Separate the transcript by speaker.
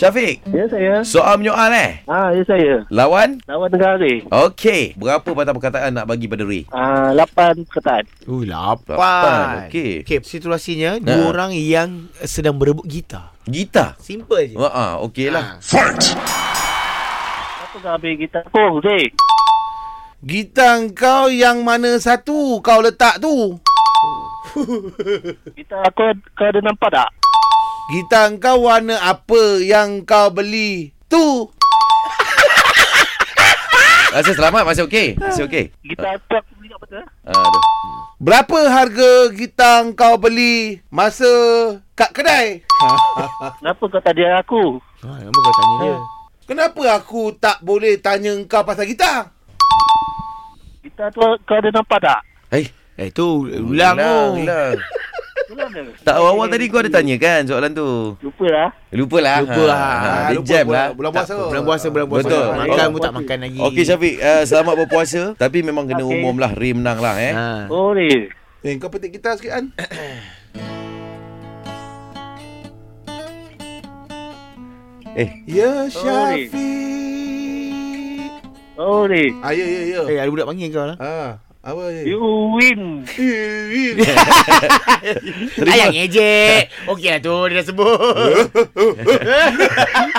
Speaker 1: Syafiq,
Speaker 2: Ya saya.
Speaker 1: soal menyoal eh?
Speaker 2: Ah, ya saya.
Speaker 1: Lawan?
Speaker 2: Lawan negara.
Speaker 1: Okey. Berapa patah perkataan nak bagi pada Ray?
Speaker 2: Ah, lapan perkataan.
Speaker 3: Ui, lapan.
Speaker 1: Lapan. Okey.
Speaker 3: Okay, situasinya
Speaker 1: Ha.
Speaker 3: dua orang yang sedang berebut gitar.
Speaker 1: Gitar.
Speaker 3: Simple je.
Speaker 1: Ha ah, okeylah.
Speaker 2: Apa kau ambil gitar kau, Zee?
Speaker 4: Gitar kau yang mana satu kau letak tu?
Speaker 2: Gitar kau, kau ada nampak tak?
Speaker 4: Gitar kau warna apa yang kau beli tu?
Speaker 1: Rasa selamat masih okey. Masih okey.
Speaker 2: Gitar tu aku beli kat mana?
Speaker 1: Aduh.
Speaker 4: Berapa harga gitar kau beli masa kat kedai?
Speaker 2: Kenapa kau tak dia aku?
Speaker 3: Ha, nama kau tanya dia.
Speaker 4: Kenapa aku tak boleh tanya kau pasal gitar?
Speaker 2: Gitar tu kau ada nampak tak?
Speaker 1: Eh,
Speaker 3: Eh, tu ulang tu.
Speaker 1: ulang. lah.
Speaker 2: Itulah dia.
Speaker 1: Tak awal-awal tadi kau ada tanya kan soalan tu.
Speaker 2: Lupa lah.
Speaker 1: Lupalah.
Speaker 3: Lupa lah.
Speaker 1: Ha, dia jam lah.
Speaker 4: Ah, Bulan
Speaker 3: Tak
Speaker 4: puasa.
Speaker 3: apa, Bulan puasa, bulan puasa.
Speaker 1: Betul.
Speaker 3: Makan
Speaker 1: Oh.
Speaker 3: pun tak makan lagi.
Speaker 1: Okey Syafiq, uh, selamat berpuasa tapi memang kena
Speaker 2: Okey.
Speaker 1: umum lah Ray menang lah eh.
Speaker 3: Ha.
Speaker 2: Oh, ni.
Speaker 4: Eh, kau petik gitar sikit kan?
Speaker 1: Eh.
Speaker 4: Ya
Speaker 2: Sorry.
Speaker 4: Syafiq.
Speaker 2: Oh, ni.
Speaker 4: Ah, ya, ya, ya.
Speaker 3: Eh, ada budak panggil kau lah.
Speaker 4: Ah, apa ya?
Speaker 2: You win.
Speaker 3: Eh, Ayang ejek. Okey lah tu, dia dah sebut.